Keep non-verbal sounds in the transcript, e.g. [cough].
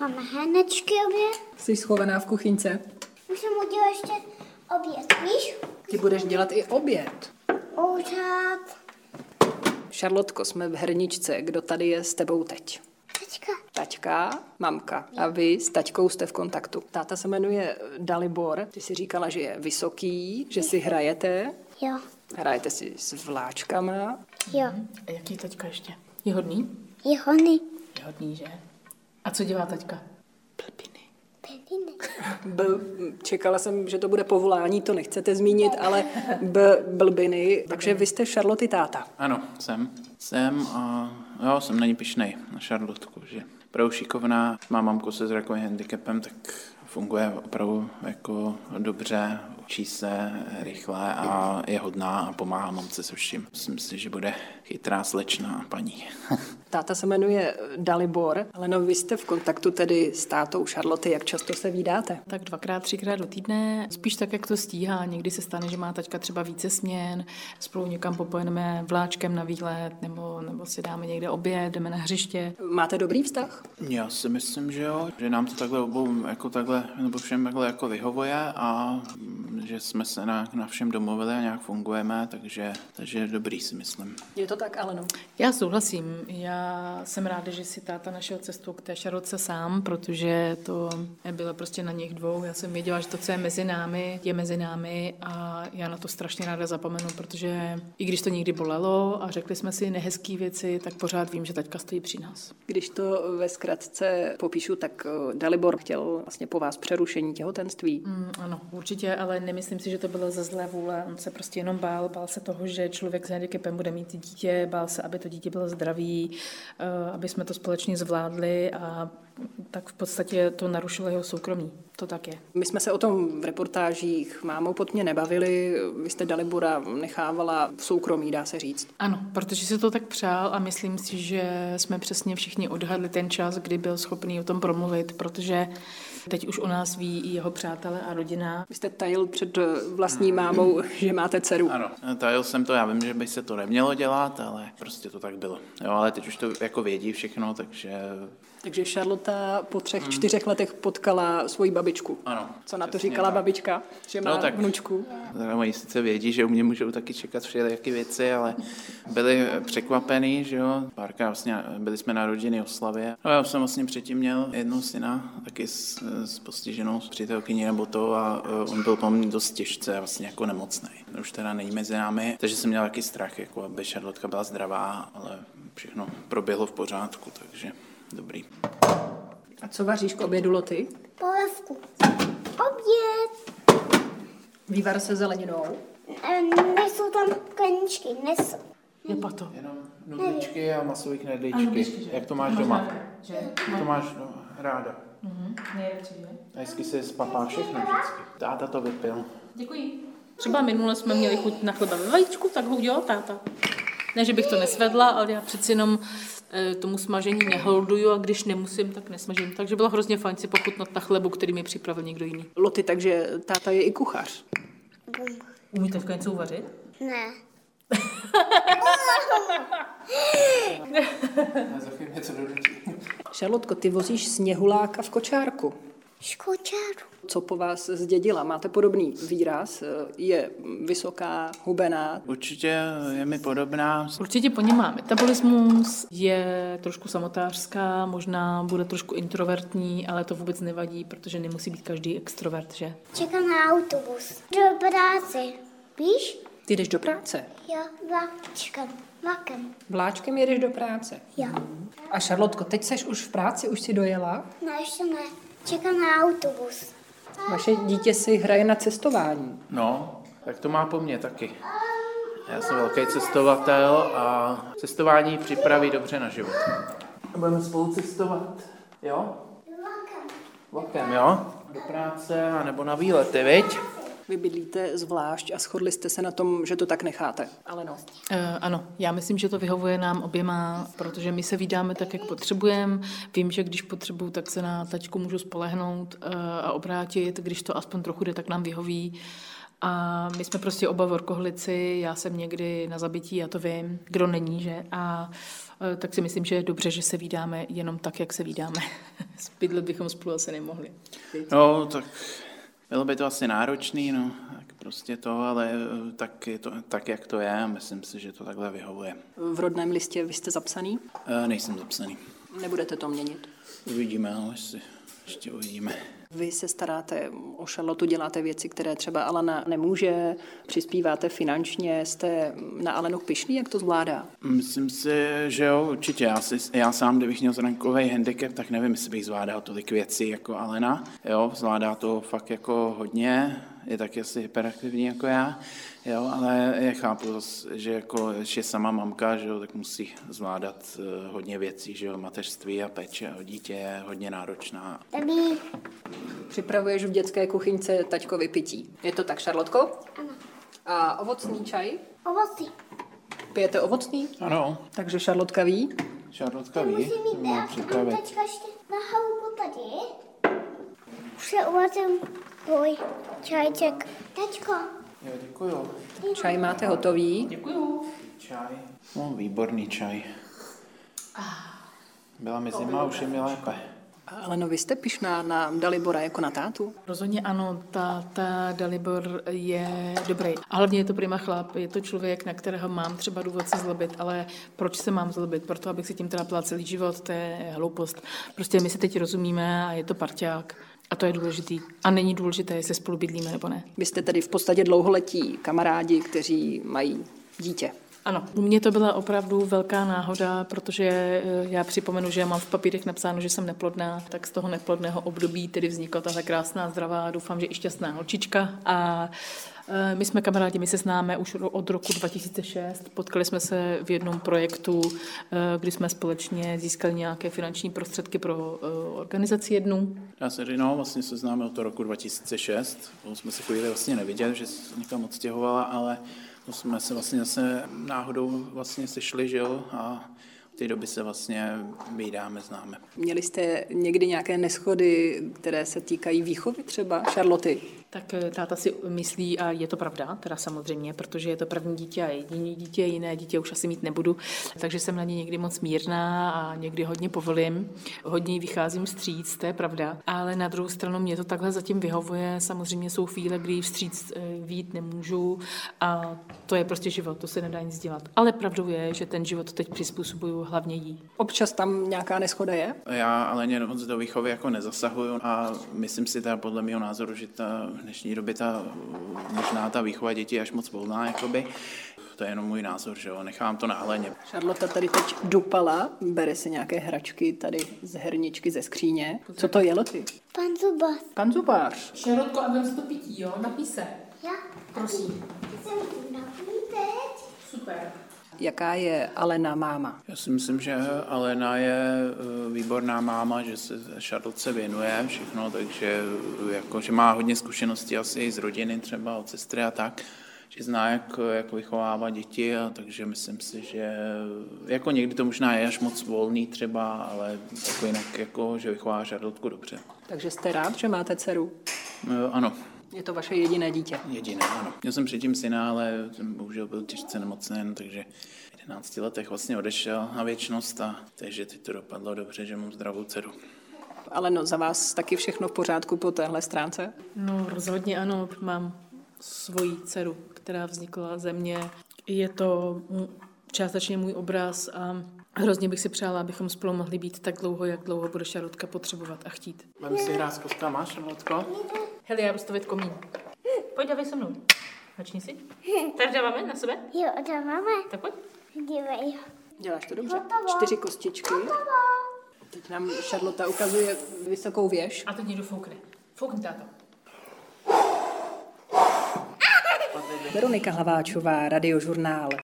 Máme henečky oběd. Jsi schovaná v kuchyňce. Musím udělat ještě oběd, víš? Ty budeš dělat i oběd. Ouřád. Šarlotko, jsme v herničce. Kdo tady je s tebou teď? Teďka. Taťka, mamka. A vy s taťkou jste v kontaktu. Táta se jmenuje Dalibor. Ty si říkala, že je vysoký, že si hrajete. Jo. Hrajete si s vláčkama. Jo. Mhm. A jaký je taťka ještě? Je hodný? Je hony. Je hodný, že? A co dělá taťka? Blbiny. Pelinek. B, čekala jsem, že to bude povolání, to nechcete zmínit, ale b, blbiny. Takže vy jste Charlotte táta. Ano, jsem. Jsem a jo, jsem na ní pišnej, na Charlotku, že opravdu šikovná, má mamku se zrakovým handicapem, tak funguje opravdu jako dobře, učí se rychle a je hodná a pomáhá mamce se vším. Myslím si, že bude chytrá slečná a paní. [laughs] Táta se jmenuje Dalibor. Leno, vy jste v kontaktu tedy s tátou Charlotte, jak často se vídáte? Tak dvakrát, třikrát do týdne, spíš tak, jak to stíhá. Někdy se stane, že má taťka třeba více směn, spolu někam popojeneme vláčkem na výlet, nebo, nebo si dáme někde oběd, jdeme na hřiště. Máte dobrý vztah? Já si myslím, že jo, že nám to takhle obou jako takhle, nebo všem takhle jako vyhovuje a mm, že jsme se na, na všem domluvili a nějak fungujeme, takže, takže dobrý si myslím. Je to tak, Aleno. Já souhlasím. Já jsem ráda, že si táta našel cestu k té šarotce sám, protože to bylo prostě na nich dvou. Já jsem věděla, že to, co je mezi námi, je mezi námi a já na to strašně ráda zapomenu, protože i když to někdy bolelo a řekli jsme si nehezké věci, tak pořád vím, že taťka stojí při nás. Když to ve zkratce popíšu, tak eh, Dalibor chtěl vlastně po vás přerušení těhotenství. Mm, ano, určitě, ale nemyslím si, že to bylo ze zlé vůle. On se prostě jenom bál. Bál se toho, že člověk s handicapem bude mít dítě, bál se, aby to dítě bylo zdravý, eh, aby jsme to společně zvládli a tak v podstatě to narušilo jeho soukromí. To tak je. My jsme se o tom v reportážích mámou pod mě nebavili, vy jste Dalibora nechávala v soukromí, dá se říct. Ano, protože si to tak přál a myslím si, že jsme přesně všichni odhadli ten čas, kdy byl schopný o tom promluvit, protože teď už o nás ví i jeho přátelé a rodina. Vy jste tajil před eh, vlastní mámou, [laughs] že máte dceru. Mm. Ano, tajil jsem to, já vím, že by se to nemělo dělat, ale prostě to tak bylo. Jo, ale teď už to jako vědí všechno, takže Takže Charlotte po třech, čtyřech letech potkala svoji babičku. Mm. ano. Co na to přesně říkala tak. babička, že má No tak. vnučku? Tak Oni sice vědí, že u mě můžou taky čekat všelijaké věci, ale byli překvapený, že jo. Párkrát vlastně byli jsme na rodiny oslavě. No já jsem vlastně předtím měl jednoho syna, taky s, s postiženou přítelkyní nebo to a eh, on byl po mně dost těžce vlastně jako nemocný. Už teda není mezi námi, takže jsem měl taky strach, jako aby Šarlotka byla zdravá, ale všechno proběhlo v pořádku, takže dobrý. A co vaříš k obědu Loty? Polévku. Oběd. Vývar se zeleninou. E, nejsou tam kaničky, nejsou. Je pato. Jenom nudličky a masové knedlíčky. Jak to máš doma? To máš no, ráda. A hezky se spapá všechno vždycky. Táta to vypil. Děkuji. Třeba minule jsme měli chuť na chleba ve vajíčku, tak ho udělal táta. Ne, že bych to nesvedla, ale já přeci jenom eh, tomu smažení neholduju a když nemusím, tak nesmažím. Takže bylo hrozně fajn si pochutnat na chlebu, který mi připravil někdo jiný. Loty, takže táta je i kuchař. Bum. Umíte v něco uvařit? Ne. Já za chvíli něco doručím. Šarlotko, ty vozíš sněhuláka v kočárku. Škočáru. Co po vás zdědila? Máte podobný výraz? eh, Je vysoká, hubená. Určitě je mi podobná. Určitě po ní má metabolismus, je trošku samotářská, možná bude trošku introvertní, ale to vůbec nevadí, protože nemusí být každý extrovert, že? Čekám na autobus. Do práce. Víš? Ty jdeš do práce. Jo, vlačkem. Vlakem. Vláčkem jedeš do práce. Jo. A Šarlotko, teď seš už v práci, už si dojela? Ne, ještě ne. Čekám na autobus. Vaše dítě si hraje na cestování. No, tak to má po mně taky. Já jsem velký cestovatel a cestování připraví dobře na život. Budeme spolu cestovat. Jo? Vlakem, jo? Do práce a nebo na výlety, viď? Vy bydlíte zvlášť a shodli jste se na tom, že to tak necháte. Ale no. Eh, ano, já myslím, že to vyhovuje nám oběma, protože my se vydáme tak, jak potřebujeme. Vím, že když potřebuju, tak se na taťku můžu spolehnout eh, a obrátit. Když to aspoň trochu jde, tak nám vyhoví. A my jsme prostě oba vorkoholici, já jsem někdy na zabití, já to vím, kdo není, že? A e, tak si myslím, že je dobře, že se vídáme jenom tak, jak se [laughs] vídáme. Bydlet bychom spolu asi nemohli. No, tak bylo by to asi náročný, no, tak prostě to, ale eh, tak, je to, tak jak to je, myslím si, že to takhle vyhovuje. V rodném listě vy jste zapsaný? E, nejsem zapsaný. Nebudete to měnit. Uvidíme, ale si ještě uvidíme. Vy se staráte o Charlotu, děláte věci, které třeba Alana nemůže, přispíváte finančně, jste na Alenu pišný, jak to zvládá? Myslím si, že jo, určitě. Já, si, já sám, kdybych měl zrankový handicap, tak nevím, jestli bych zvládal tolik věcí jako Alena. Jo, zvládá to fakt jako hodně, je taky asi hyperaktivní jako já, jo, ale já chápu, zas, že jako, když je sama mamka, že jo, tak musí zvládat eh, hodně věcí, že jo, mateřství a péče o dítě je hodně náročná. Tady Připravuješ v dětské kuchyňce taťkovi pití. Je to tak, Šarlotko? Ano. A ovocný čaj? ovoci. Pijete ovocný? Ano, Takže Šarlotka ví? Šarlotka Musím ví, jít má dát připravit. kontečka ještě na haluku tady. Už se uvařím tvůj čajček. Tečko, Jo, děkuju. Čaj máte hotový? Čaj. No, výborný čaj. Byla mi zima, už je mi lépe. Aleno, vy jste pišná na Dalibora jako na tátu? Rozhodně ano, táta Dalibor je dobrý. A hlavně je to prima chlap, je to člověk, na kterého mám třeba důvod se zlobit, ale proč se mám zlobit? Proto, abych si tím trápila celý život, to je hloupost. Prostě my se teď rozumíme a je to parťák. A to je důležitý. A není důležité, jestli spolu bydlíme nebo ne. Vy jste tedy v podstatě dlouholetí kamarádi, kteří mají dítě. Ano, u mě to byla opravdu velká náhoda, protože eh, já připomenu, že já mám v papírech napsáno, že jsem neplodná, tak z toho neplodného období tedy vznikla tahle krásná, zdravá, doufám, že i šťastná holčička. A eh, my jsme kamarádi, my se známe už ro- od roku 2006. Potkali jsme se v jednom projektu, eh, kdy jsme společně získali nějaké finanční prostředky pro eh, organizaci jednu. Já se Rinou vlastně seznámil to roku 2006, to jsme se chvíli vlastně neviděli, že se někam odstěhovala, ale to jsme se vlastně zase náhodou vlastně sešli, že jo, a od té doby se vlastně vydáme, známe. Měli jste někdy nějaké neschody, které se týkají výchovy třeba Charloty? Tak eh, táta si myslí, a je to pravda, teda samozřejmě, protože je to první dítě a jediné dítě, jiné dítě už asi mít nebudu, takže jsem na ně někdy moc mírná a někdy hodně povolím, hodně jí vycházím vstříc, to je pravda. Ale na druhou stranu mě to takhle zatím vyhovuje, samozřejmě jsou chvíle, kdy jí vstříc eh, vít nemůžu a to je prostě život, to se nedá nic dělat. Ale pravdou je, že ten život teď přizpůsobuju hlavně jí. Občas tam nějaká neschoda je? Já ale ně moc do výchovy jako nezasahuju a myslím si teda podle mého názoru, že ta v dnešní době ta možná ta výchova dětí je až moc volná, jakoby. To je jenom můj názor, že jo, nechám to na hleně. Charlotte tady teď dupala, bere si nějaké hračky tady z herničky, ze skříně. Co to jelo ty? pan Zubas. Pan Zubář. Šerotko, a vem to pití, jo? Napí se. Já Prosím. jsem na teď. Super. Jaká je Alena máma? Já si myslím, že Alena je eh, výborná máma, že se Šarlotce věnuje všechno, takže eh, jako, že má hodně zkušeností asi i z rodiny třeba od sestry a tak, že zná, jak, eh, jak vychovávat děti, a takže myslím si, že eh, jako někdy to možná je až moc volný třeba, ale jako jinak, jako, že vychová Šarlotku dobře. Takže jste rád, že máte dceru? Eh, Ano, Je to vaše jediné dítě. jediné, ano. Měl jsem předtím syna, ale ten bohužel byl těžce nemocný, takže v 11 letech vlastně odešel na věčnost, a, takže teď to dopadlo dobře, že mám zdravou dceru. Aleno, za vás taky všechno v pořádku po téhle stránce? No rozhodně ano, mám svoji dceru, která vznikla ze mě. Je to mm, částečně můj obraz a hrozně bych si přála, abychom spolu mohli být tak dlouho, jak dlouho bude Šarotka potřebovat a chtít. Vem si hrát s kostkama, Šarlotko. Hele, já budu stavit komín. Pojď, dávej se mnou. Začni si. Tak dáváme na sebe? Jo, to máme. Tak pojď. Dívej. Děláš to dobře. Hotovo. Čtyři kostičky. Teď nám Charlotte ukazuje vysokou věž. A teď někdo foukne. Foukni, táto. Veronika Hlaváčová, Radiožurnál.